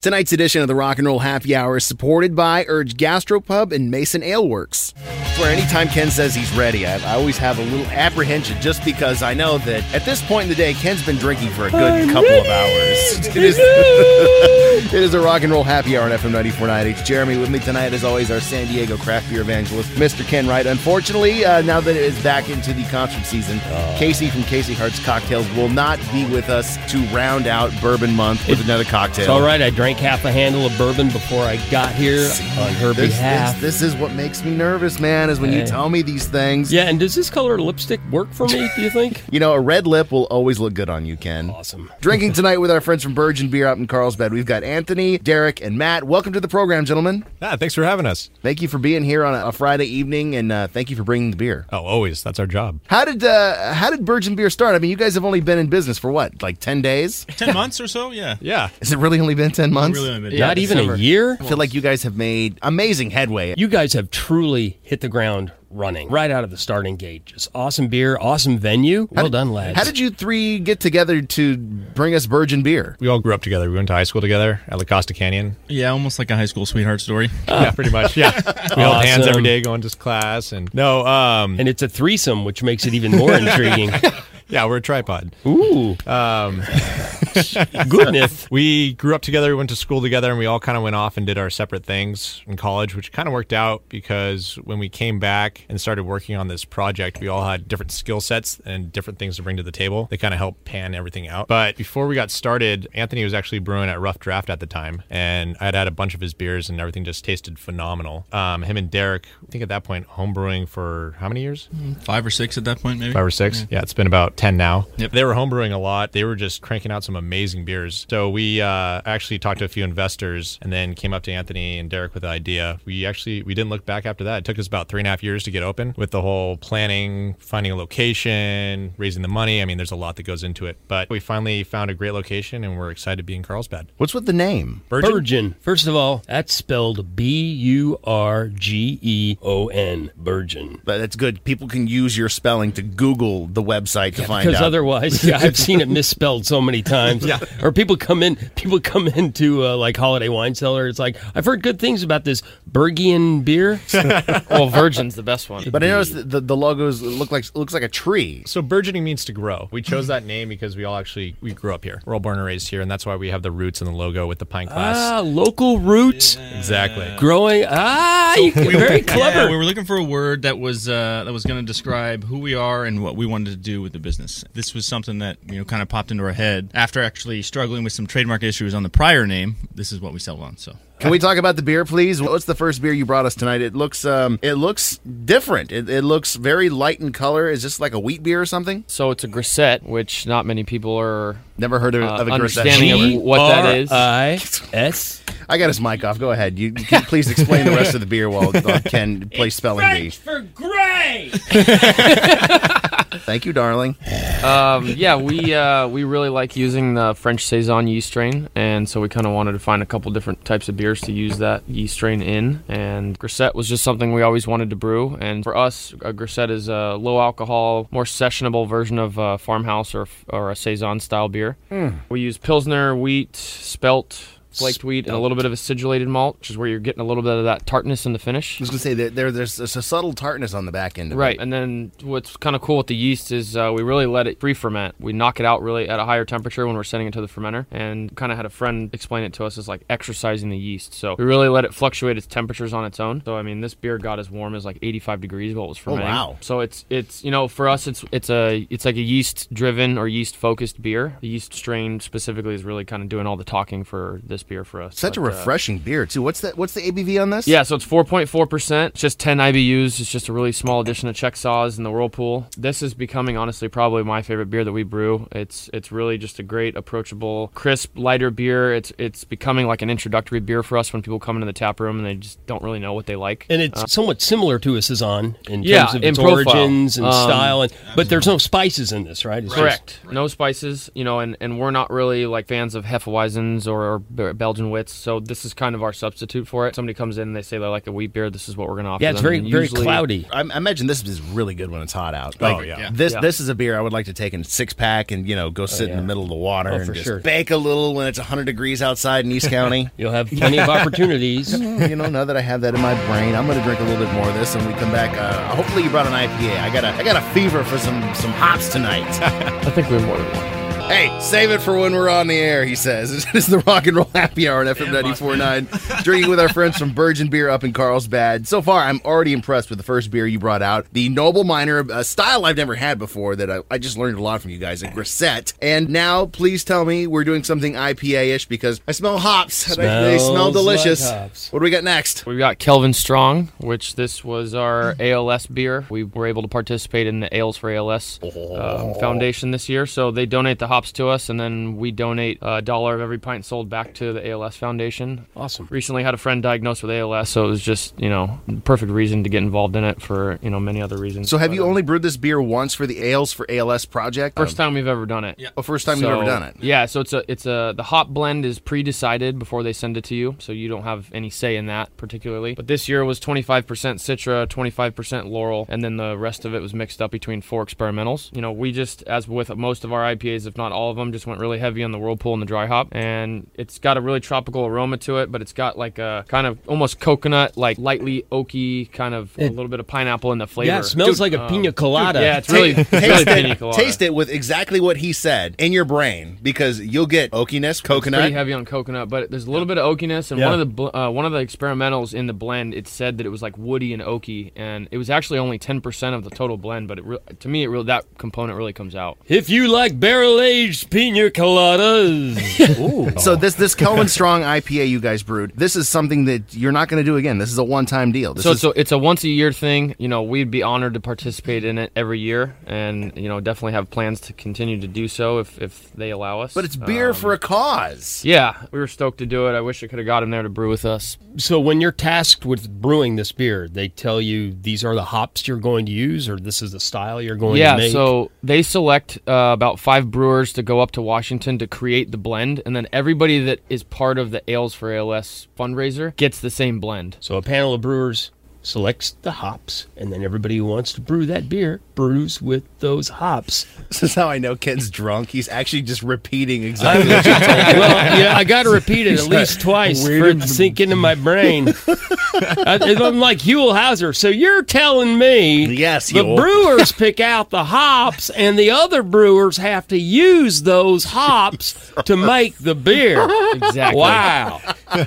Tonight's edition of the Rock and Roll Happy Hour is supported by Urge Gastropub and Mason Ale Works. Where anytime Ken says he's ready, I, I always have a little apprehension just because I know that at this point in the day, Ken's been drinking for a good couple of hours. It is, it is a rock and roll happy hour on FM 949. It's Jeremy with me tonight, as always, our San Diego craft beer evangelist, Mr. Ken Wright. Unfortunately, uh, now that it is back into the concert season, Casey from Casey Hearts Cocktails will not be with us to round out Bourbon Month with another cocktail. It's all right. I drank half a handle of bourbon before I got here on her This, behalf. this, this is what makes me nervous, man, is when you Hey. tell me these things. Yeah, and does this color lipstick work for me, do you think? You know, a red lip will always look good on you, Ken. Awesome. Drinking tonight with our friends from Virgin Beer out in Carlsbad. We've got Anthony, Derek, and Matt. Welcome to the program, gentlemen. Ah, thanks for having us. Thank you for being here on a, a Friday evening, and uh, thank you for bringing the beer. Oh, always. That's our job. How did uh, how did Virgin Beer start? I mean, you guys have only been in business for what, like ten days? 10 months or so, yeah. Yeah. Has it really only been ten months? Really only been Not even a year? I feel like you guys have made amazing headway. You guys have truly hit the ground running right out of the starting gate. Just awesome beer, awesome venue. Well done, lads. How did you three get together to bring us Virgin Beer? We all grew up together. We went to high school together at La Costa Canyon. Yeah, almost like a high school sweetheart story. Yeah, pretty much. Yeah. We held hands Awesome. every day going to class. And no, um, and it's a threesome, which makes it even more intriguing. yeah, we're a tripod. Ooh. Um, goodness. We grew up together. We went to school together and we all kind of went off and did our separate things in college, which kind of worked out because when we came back and started working on this project, we all had different skill sets and different things to bring to the table. They kind of helped pan everything out. But before we got started, Anthony was actually brewing at Rough Draft at the time. And I'd had a bunch of his beers and everything just tasted phenomenal. Um, him and Derek, I think at that point, home brewing for how many years? Five or six at that point, maybe. five or six. Yeah, it's been about ten now. Yep. They were homebrewing a lot. They were just cranking out some amazing beers. So we uh, actually talked to a few investors and then came up to Anthony and Derek with the idea. We actually we didn't look back after that. It took us about three and a half years to get open with the whole planning, finding a location, raising the money. I mean, there's a lot that goes into it. But we finally found a great location and we're excited to be in Carlsbad. What's with the name? Burgeon. First of all, that's spelled B U R G E O N. Burgeon. But that's good. People can use your spelling to Google the website to find because out. otherwise yeah, i've seen it misspelled so many times yeah. or people come in people come into uh, like holiday wine cellar it's like i've heard good things about this bergian beer Well, Virgin's the best one. But I noticed that the, the logos look like looks like a tree. So burgeoning means to grow. We chose that name because we all actually we grew up here. We're all born and raised here, and that's why we have the roots and the logo with the pine class. ah local roots Exactly. growing ah you, very Yeah, clever we were looking for a word that was uh, that was going to describe who we are and what we wanted to do with the business. This was something that you know kind of popped into our head after actually struggling with some trademark issues on the prior name. This is what we settled on. So Can we talk about the beer, please? What's the first beer you brought us tonight? It looks um, it looks different. It, it looks very light in color. Is this like a wheat beer or something? So it's a grisette, which not many people are Never heard of, uh, of a understanding Grisette. of what that is. i-s I got his mic off. Go ahead. You, you can please explain the rest of the beer while, while Ken plays spelling bee. for gray Thank you, darling. Um, yeah, we uh, we really like using the French saison yeast strain, and so we kind of wanted to find a couple different types of beers to use that yeast strain in. And grisette was just something we always wanted to brew. And for us, a grisette is a low alcohol, more sessionable version of a farmhouse or or a saison style beer. We use pilsner, wheat, spelt. Flaked wheat and a little bit of acidulated malt, which is where you're getting a little bit of that tartness in the finish. I was gonna say that there there's a subtle tartness on the back end. Of Right, It. and then what's kind of cool with the yeast is uh, we really let it pre-ferment. We knock it out really at a higher temperature when we're sending it to the fermenter, and kind of had a friend explain it to us as like exercising the yeast. So we really let it fluctuate its temperatures on its own. So I mean, this beer got as warm as like 85 degrees while it was fermenting. Oh, wow. So it's it's you know for us it's it's a it's like a yeast-driven or yeast-focused beer. The yeast strain specifically is really kind of doing all the talking for this this beer for us. Such a but, uh, refreshing beer too. What's that? What's the ABV on this? Yeah, so it's 4.4%. It's just 10 IBUs. It's just a really small addition of Czech saws in the whirlpool. This is becoming honestly probably my favorite beer that we brew. It's it's really just a great approachable, crisp, lighter beer. It's it's becoming like an introductory beer for us when people come into the tap room and they just don't really know what they like. And it's somewhat similar to a saison in Uh. Yeah, terms of in its profile. origins and Um, style, and but there's no spices in this, right? It's just- Correct. No spices, you know, and, and we're not really like fans of Hefeweizens or, or Be- Belgian wits, so this is kind of our substitute for it. Somebody comes in and they say they like a wheat beer, this is what we're going to offer yeah, it's them, very and very usually- cloudy. I, I imagine this is really good when it's hot out. Oh, yeah. Yeah. This Yeah. this is a beer I would like to take in six pack and you know go sit in the middle of the water Oh, and for just sure. bake a little when it's 100 degrees outside in East County. You'll have plenty of opportunities. Mm, you know, now that I have that in my brain, I'm going to drink a little bit more of this, and we come back. Uh, hopefully, you brought an IPA. I got a I got a fever for some some hops tonight. I think we have more than one. hey, save it for when we're on the air. He says, "It's the Rock and Roll Happy Hour on FM 94.9." Drinking with our friends from Virgin Beer up in Carlsbad. So far, I'm already impressed with the first beer you brought out, the Noble Miner, a style I've never had before. That I, I just learned a lot from you guys at Grisette. And now, please tell me we're doing something IPA-ish because I smell hops. and I- they smell Smells like delicious. hops. What do we got next? We've got Kelvin Strong, which this was our ALS beer. We were able to participate in the Ales for ALS um, Foundation this year. So they donate the hops to us, and then we donate a dollar of every pint sold back to the ALS Foundation. Awesome. Recently had a friend diagnosed with ALS, so it was just, you know, perfect reason to get involved in it for, you know, many other reasons. So have But, you um, only brewed this beer once for the Ales for ALS project? First time we've ever done it. Oh, first time you've So- ever done it. Yeah, so it's a it's a the hop blend is pre-decided before they send it to you, so you don't have any say in that particularly. But this year was 25% Citra, 25% Laurel, and then the rest of it was mixed up between four experimentals. You know, we just as with most of our IPAs, if not all of them, just went really heavy on the whirlpool and the dry hop, and it's got a really tropical aroma to it, but it's got like a kind of almost coconut, like lightly oaky, kind of a little bit of pineapple in the flavor. Yeah, it smells like a pina colada. um, yeah, it's really, it's really Taste pina it, colada. taste it with exactly what he said in your brain because you'll get oakiness, pretty coconut. heavy on coconut, but there's a little bit of oakiness. And Yeah. one of the bl- uh, one of the experimentals in the blend, it said that it was like woody and oaky, and it was actually only 10% of the total blend. But it re- to me, it really that component really comes out. If you like barrel aged pina coladas, So this this Kelvin Strong IPA you guys brewed. This is something that you're not going to do again. This is a one time deal. This So is, it's a, it's a once a year thing. You know, we'd be honored to participate in it every year, and you know, definitely have plans to continue to do so if if they allow us. but it's beer Um, for a cause. yeah, we were stoked to do it. I wish I could have got him there to brew with us. so when you're tasked with brewing this beer, they tell you these are the hops you're going to use, or this is the style you're going yeah to make. so they select uh, about five brewers to go up to washington to create the blend and then everybody that is part of the ales for als fundraiser gets the same blend So a panel of brewers selects the hops, and then everybody who wants to brew that beer brews with those hops. This is how I know Ken's drunk. He's actually just repeating exactly. what you well, yeah, I got to repeat it at least twice for it to sink into my brain. I, am like Huell Hauser. So you're telling me Yes, the Huell. brewers pick out the hops, and the other brewers have to use those hops to make the beer. exactly Wow.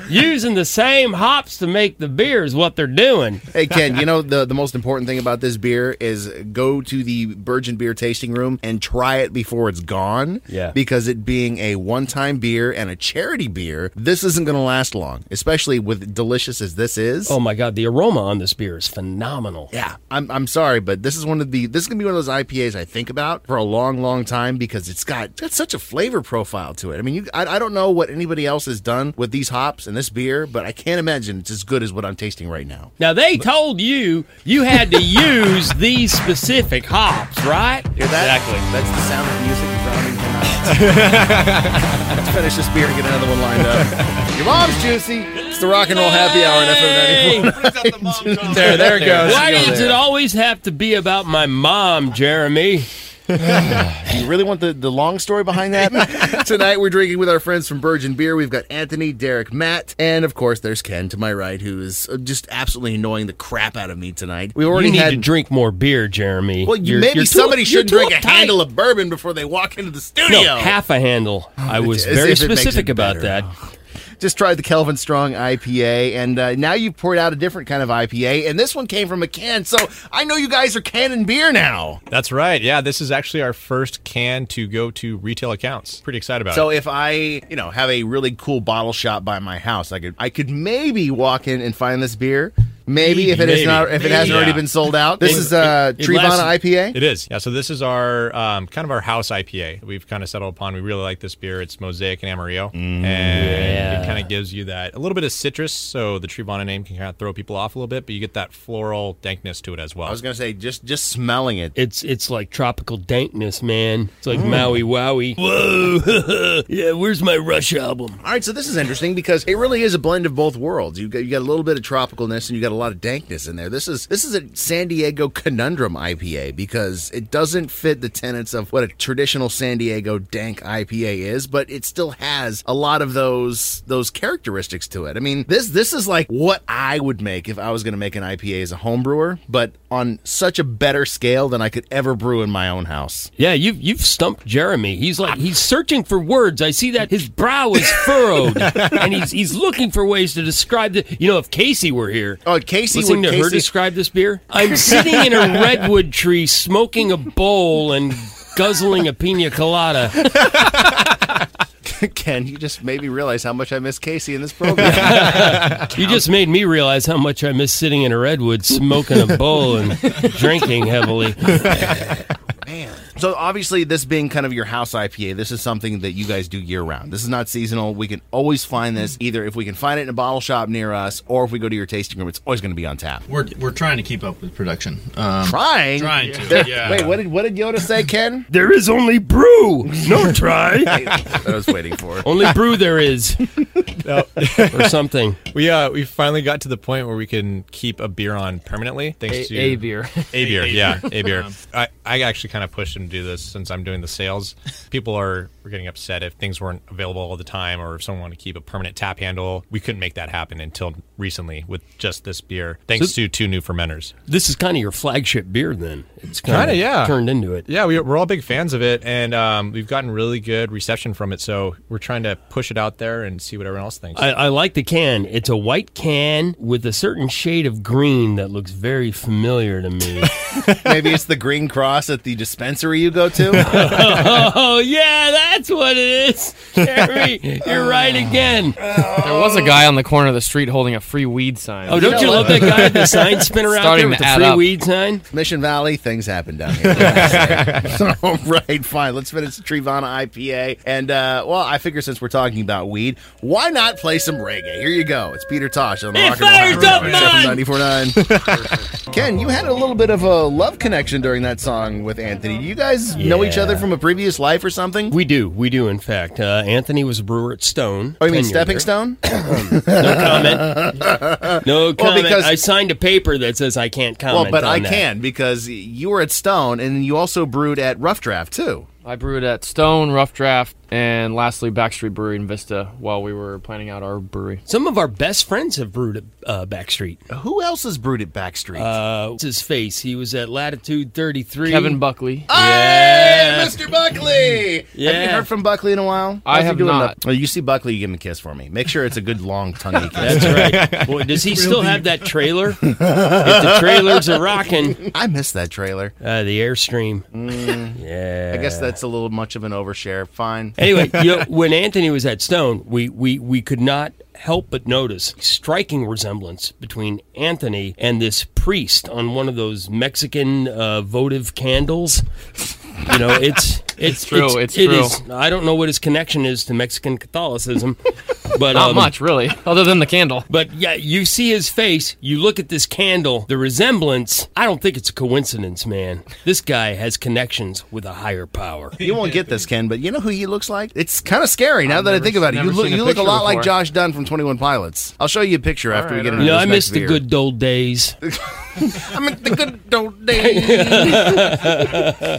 Using the same hops to make the beer is what they're doing. Hey Ken, you know the the most important thing about this beer is go to the Virgin Beer tasting room and try it before it's gone. Yeah. Because it being a one time beer and a charity beer, this isn't going to last long, especially with delicious as this is. Oh my God, the aroma on this beer is phenomenal. Yeah, I'm, I'm sorry, but this is one of the this is gonna be one of those IPAs I think about for a long, long time because it's got it's got such a flavor profile to it. I mean, you I, I don't know what anybody else has done with these hops and this beer, but I can't imagine it's as good as what I'm tasting right now. Now they told you you had to use these specific hops, right? Hear that? Exactly. That's the sound of music drowning him Let's finish this beer and get another one lined up. Your mom's juicy. It's the rock and roll happy hour in FM 94. Hey, There, there it goes. Why does it always have to be about my mom, Jeremy? You really want the, the long story behind that? Tonight we're drinking with our friends from Virgin Beer. We've got Anthony, Derek, Matt, and of course there's Ken to my right, who is uh, just absolutely annoying the crap out of me tonight. We already You need had. to drink more beer, Jeremy. well, you- You're- maybe you're too- somebody you're should too drink a uptight. handle of bourbon before they walk into the studio. No, half a handle. I was Oh, as very if it makes specific it about better. that. Just tried the Kelvin Strong IPA, and uh, now you've poured out a different kind of IPA, and this one came from a can. So I know you guys are canning beer now. That's right. Yeah, this is actually our first can to go to retail accounts. Pretty excited about So it. if I, you know, have a really cool bottle shop by my house, I could I could maybe walk in and find this beer. Maybe, if it is Maybe. not if it hasn't Maybe. already Yeah. been sold out. This It- is uh it- it Trivana lasts- IPA. It is. Yeah, so this is our um, kind of our house IPA. that We've kind of settled upon. We really like this beer. It's Mosaic and Amarillo. Mm-hmm. and it kind of gives you that a little bit of citrus, so the Trivana name can kind of throw people off a little bit, but you get that floral dankness to it as well. I was going to say just just smelling it. It's it's like tropical dankness, man. It's Mm. like Maui Wowie. Whoa, yeah. Where's my Rush album? All right, so this is interesting because it really is a blend of both worlds. You got, you got a little bit of tropicalness and you got a lot of dankness in there. This is this is a San Diego conundrum IPA because it doesn't fit the tenets of what a traditional San Diego dank IPA is, but it still has a lot of those those characteristics to it. I mean, this this is like what I would make if I was going to make an IPA as a home brewer, but on such a better scale than I could ever brew in my own house. Yeah, you've you've stumped Jeremy. He's like he's searching for words. I see that his brow is furrowed, and he's he's looking for ways to describe the. You know, if Casey were here, Oh, Casey listening would- to her Casey- describe this beer. I'm sitting in a redwood tree, smoking a bowl and guzzling a pina colada. Ken, you just made me realize how much I miss Casey in this program. You just made me realize how much I miss sitting in a redwood, smoking a bowl and drinking heavily. So obviously, this being kind of your house IPA, this is something that you guys do year round. This is not seasonal. We can always find this either if we can find it in a bottle shop near us, or if we go to your tasting room. It's always going to be on tap. We're, we're trying to keep up with production. Um, Trying, Trying to, There- yeah. Wait, what did what did Yoda say, Ken? There is only brew, no try. I was waiting for it. only brew there is, No. or something. we uh, we finally got to the point where we can keep a beer on permanently thanks A, to a beer. A beer, Um, A- a yeah, beer. a beer. I, I actually kind of pushed him to do this since I'm doing the sales. People are were getting upset if things weren't available all the time, or if someone wanted to keep a permanent tap handle. We couldn't make that happen until recently with just this beer, thanks to two new fermenters. This is kind of your flagship beer, then. It's kind Kinda, of yeah. turned into it. Yeah, we, we're all big fans of it, and um, we've gotten really good reception from it. So we're trying to push it out there and see what everyone else thinks. I, I like the can. It's a white can with a certain shade of green that looks very familiar to me. Maybe it's the green cross at the dispensary you go to. oh yeah, that's what it is. Jeremy, you're right again. There was a guy on the corner of the street holding a free weed sign. Oh, don't you love that guy with the sign spinner out there Starting with to the add free up. weed sign? Mission Valley, things happen down here. All right, fine. Let's finish the Trivana IPA. And, uh, well, I figure since we're talking about weed, why not play some reggae? Here you go. It's Peter Tosh on the It Rock and fires Roll up Hour, mine! 94.9. Ken, you had a little bit of a love connection during that song with Anthony. Do you guys know each Yeah. other from a previous life or something? We do, we do. In fact, uh, Anthony was a brewer at Stone. Oh, you mean Tenured Stepping there. Stone? No comment. because- I signed a paper that says I can't comment. Well, but on I that. can because you were at Stone and you also brewed at Rough Draft, too. I brewed at Stone, Rough Draft, and lastly Backstreet Brewery in Vista while we were planning out our brewery. Some of our best friends have brewed at uh, Backstreet. Who else has brewed at Backstreet? Uh, what's his face? He was at Latitude 33. Kevin Buckley. Oh. Hey, Mr. Buckley. Have you Yeah. heard from Buckley in a while? I How's he have doing not. up- Well, Oh, you see Buckley, you give him a kiss for me. Make sure it's a good long tonguey kiss. That's right. Boy, does he still have that trailer? if the trailers are rocking, I miss that trailer. uh, the Airstream. Mm. Yeah. I guess that's a little much of an overshare. Fine. Anyway, you know, when Anthony was at Stone, we, we, we could not help but notice striking resemblance between Anthony and this priest on one of those Mexican uh, votive candles. You know, it's it's, true, it's it true. is- I don't know what his connection is to Mexican Catholicism, but Not um, much, really, other than the candle. But yeah, you see his face, you look at this candle, the resemblance, I don't think it's a coincidence, man. This guy has connections with a higher power. You won't get this, Ken, but you know who he looks like? It's kind of scary now that I never- think about it. You never look, seen a you look a picture lot like before. Josh Dunn from Twenty One Pilots. I'll show you a picture after we right, get all into You know, this I next miss the beer. good old days I mean, the good old days.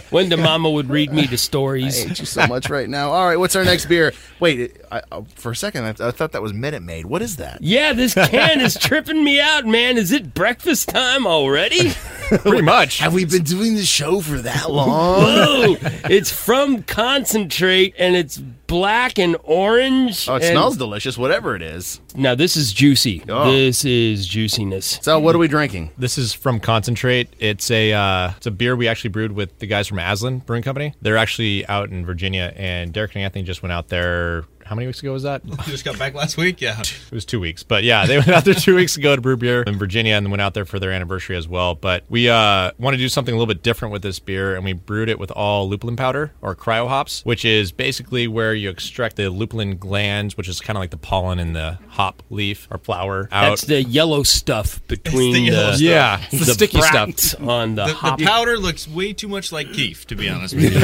when the mama would read me the stories. hate you so much right now. All right, what's our next beer? Wait, I, I, for a second, I, I thought that was Minute Maid. What is that? Yeah, this can is tripping me out, man. Is it breakfast time already? Pretty much. Have we been doing the show for that long? Whoa! it's from concentrate and it's black and orange. Oh, it and- smells delicious, whatever it is. Now this is juicy. Oh. This is juiciness. So, what are we drinking? This is from Concentrate. It's a uh, it's a beer we actually brewed with the guys from Aslan Brewing Company. They're actually out in Virginia, and Derek and Anthony just went out there. How many weeks ago was that? It just got back last week. Yeah. was two weeks, but yeah, they went out there two weeks ago to brew beer in Virginia, and then went out there for their anniversary as well. But we uh, want to do something a little bit different with this beer, and we brewed it with all lupulin powder or cryo hops, which is basically where you extract the lupulin glands, which is kind of like the pollen in the hop leaf or flower out. That's the yellow stuff between Oh. the yellow stuff. yeah, the sticky stuff. bracts on the, The, hop. the powder looks way too much like Keef, to be honest with you.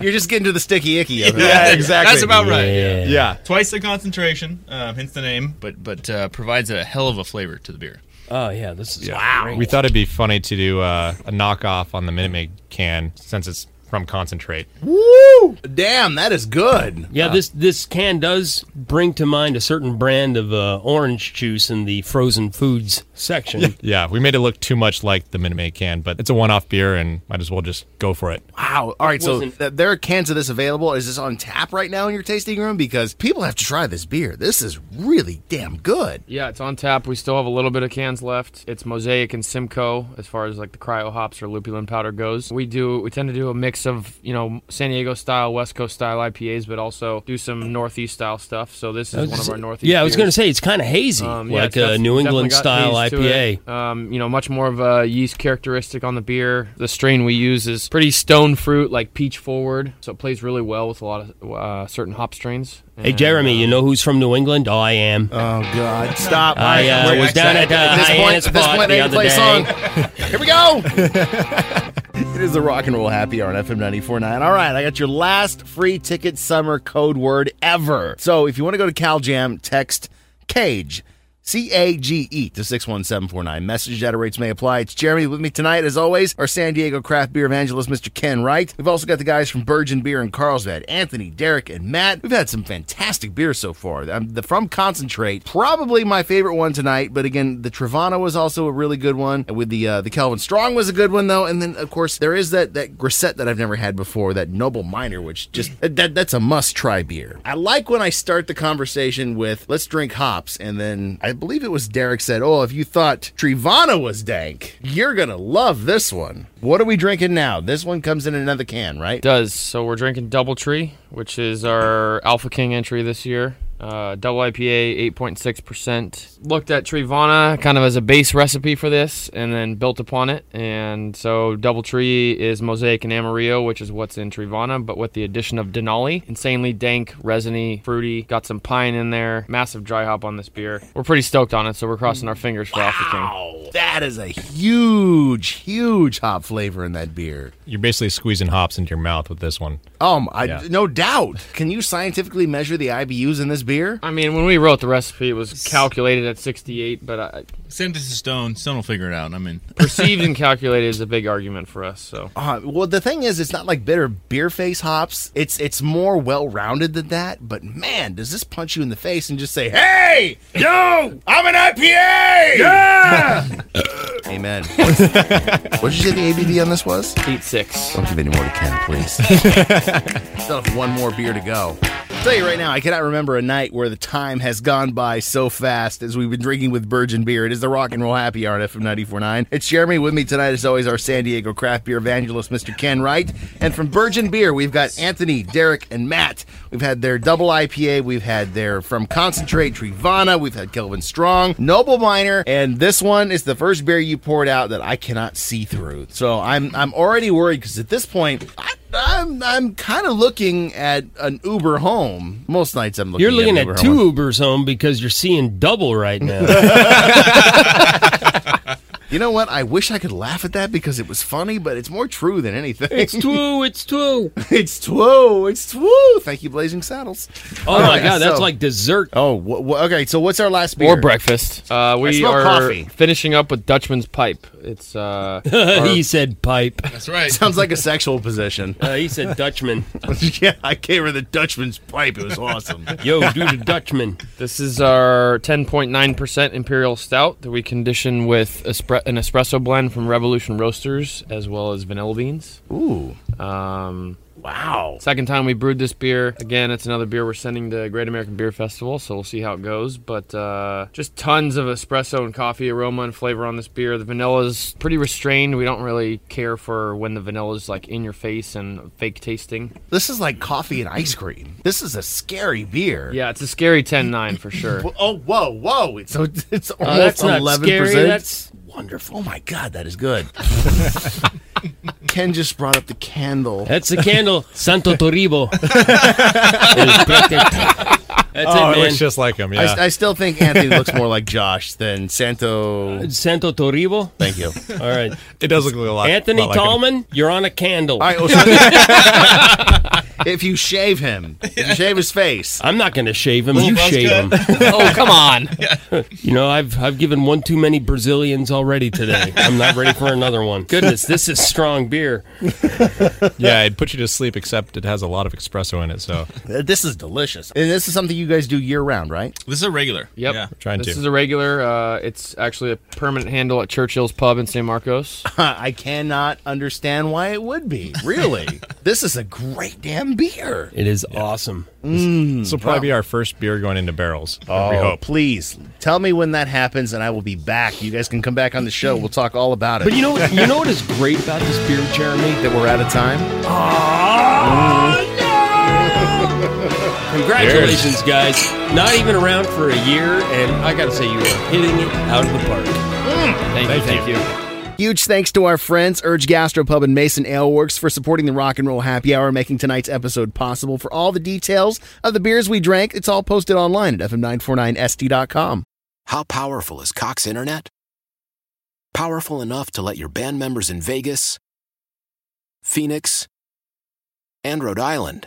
You're just getting to the sticky icky of it. Yeah, exactly. That's about right. Yeah. Yeah. Yeah, Twice the concentration, uh, hence the name, but but uh, provides a hell of a flavor to the beer. Oh yeah, this is We thought it'd be funny to do uh, a knockoff on the Minute Maid can since it's from concentrate. Woo! Damn, that is good. Yeah, Uh, this this can does bring to mind a certain brand of uh, orange juice in the frozen foods section. Yeah, we made it look too much like the Minute Maid can, but it's a one-off beer, and might as well just go for it. Wow. All right, so Wasn't- th- there are cans of this available. Is this on tap right now in your tasting room? Because people have to try this beer. This is really damn good. Yeah, it's on tap. We still have a little bit of cans left. It's Mosaic and Simcoe as far as like the cryo hops or lupulin powder goes. We do we tend to do a mix of, you know, San Diego style, West Coast style IPAs, but also do some northeast style stuff. So this is one of our northeast yeah, I was going to beers. say it's kind of hazy, Um, yeah, like it's def- a New definitely England got style yeast to IPA. it. Um, you know, much more of a yeast characteristic on the beer. The strain we use is pretty stone fruit, like peach forward, so it plays really well with a lot of uh, certain hop strains. Hey And, Jeremy, uh, you know who's from New England? Oh, I am. Oh, God. Stop. I uh, was down at uh, this point, Hyannis at this Pot point, the I can other play a day. song. Here we go. it is the Rock and Roll Happy Hour on FM 94.9. All right, I got your last free ticket summer code word ever. So if you want to go to CalJam, text CAGE, E C A G E, to 61749. Message data rates may apply. It's Jeremy with me tonight, as always, our San Diego craft beer evangelist, Mr. Ken Wright. We've also got the guys from Virgin Beer in Carlsbad, Anthony, Derek, and Matt. We've had some fantastic beers so far. Um, the From Concentrate, probably my favorite one tonight, but again, the Travana was also a really good one. And With the uh, the Calvin Strong was a good one though, and then of course there is that that Grisette that I've never had before, that Noble Minor, which just that that's a must try beer. I like when I start the conversation with let's drink hops, and then I believe it was Derek said, oh if you thought Trivana was dank, you're gonna love this one. What are we drinking now? This one comes in another can, right? does. So we're drinking Doubletree, which is our Alpha King entry this year. Uh, double IPA, 8.6%. Looked at Trivana kind of as a base recipe for this and then built upon it. And so Doubletree is Mosaic and Amarillo, which is what's in Trivana, but with the addition of Denali. Insanely dank, resiny, fruity. Got some pine in there. Massive dry hop on this beer. We're pretty stoked on it, so we're crossing our fingers for Alpha King. Wow, that is a huge, huge hop flavor in that beer. You're basically squeezing hops into your mouth with this one. Um, I, Yeah. no doubt. Can you scientifically measure the IBUs in this beer? I mean, when we wrote the recipe, it was calculated at 68, but I, Send this to Stone. Stone will figure it out. I mean, perceived and calculated is a big argument for us. So Uh, well, the thing is, it's not like bitter beer face hops. It's it's more well rounded than that. But man, does this punch you in the face and just say, "Hey, yo, I'm an IPA." Yeah. Amen. What's- what did you say the ABV on this was? eight six. Don't give any more to Ken, please. Still have one more beer to go. I'll tell you right now, I cannot remember a night where the time has gone by so fast as we've been drinking with Virgin Beer. It is the Rock and Roll Happy Hour at FM 94.9. It's Jeremy with me tonight, as always, our San Diego craft beer evangelist, Mr. Ken Wright. And from Virgin Beer, we've got Anthony, Derek, and Matt. We've had their double IPA. We've had their from Concentrate, Trivana. We've had Kelvin Strong, Noble Miner, and this one is the first beer you poured out that I cannot see through. So I'm I'm already worried because at this point. I, I'm I'm kind of looking at an Uber home. Most nights I'm looking. You're an looking at Uber two home. Ubers home because you're seeing double right now. You know what? I wish I could laugh at that because it was funny, but it's more true than anything. it's two. It's two. it's two. It's two. Thank you, Blazing Saddles. Oh my god, that's so- like dessert. Oh, wh- wh- okay. So what's our last beer? Or breakfast. Uh, we smell are coffee. finishing up with Dutchman's Pipe. It's uh, our- he said pipe. that's right. Sounds like a sexual position. Uh, he said Dutchman. yeah, I gave her the Dutchman's pipe. It was awesome. Yo, dude, a Dutchman. this is our 10.9% Imperial Stout that we condition with espresso espre- an espresso blend from Revolution Roasters, as well as vanilla beans. Ooh. Um, Wow. Second time we brewed this beer. Again, it's another beer we're sending to Great American Beer Festival, so we'll see how it goes. But uh, just tons of espresso and coffee aroma and flavor on this beer. The vanilla is pretty restrained. We don't really care for when the vanilla is like in your face and fake tasting. This is like coffee and ice cream. This is a scary beer. Yeah, it's a scary 10-9 for sure. Oh, whoa, whoa. It's, Oh, it's almost that's not 11%. scary, that's wonderful. Oh, my God. That is good. Ken just brought up the candle. That's the candle, Santo Torribo. That's it, Oh, it man. looks just like him. Yeah. I, I still think Anthony looks more like Josh than Santo. Santo Torribo. Thank you. All right, it does look a lot. Anthony lot like him. Tallman, you're on a candle. All right. Well, so- if you shave him, if you shave his face, I'm not going to shave him. Little You buzz shave him. cut. oh, come on. You know, I've I've given one too many Brazilians already today. I'm not ready for another one. Goodness, this is strong beer. Yeah, it'd put you to sleep, except it has a lot of espresso in it. So uh, this is delicious. And this is something you guys do year round, right? This is a regular. Yep. Yeah. trying this to. is a regular. Uh, it's actually a permanent handle at Churchill's Pub in San Marcos. I cannot understand why it would be. Really, this is a great damn beer. It is awesome. Hmm. this will probably be our first beer going into barrels. we Oh, hope. please tell me when that happens, and I will be back. You guys can come back on the show. We'll talk all about it. But you know, you know what is great about this beer, Jeremy? that we're out of time. Congratulations, guys. Not even around for a year, and I got to say, you are hitting it out of the park. Thank, you. Thank you. Huge thanks to our friends Urge Gastropub and Mason Ale Works for supporting the Rock and Roll Happy Hour, making tonight's episode possible. For all the details of the beers we drank, it's all posted online at fm949st.com. How powerful is Cox Internet? Powerful enough to let your band members in Vegas, Phoenix, and Rhode Island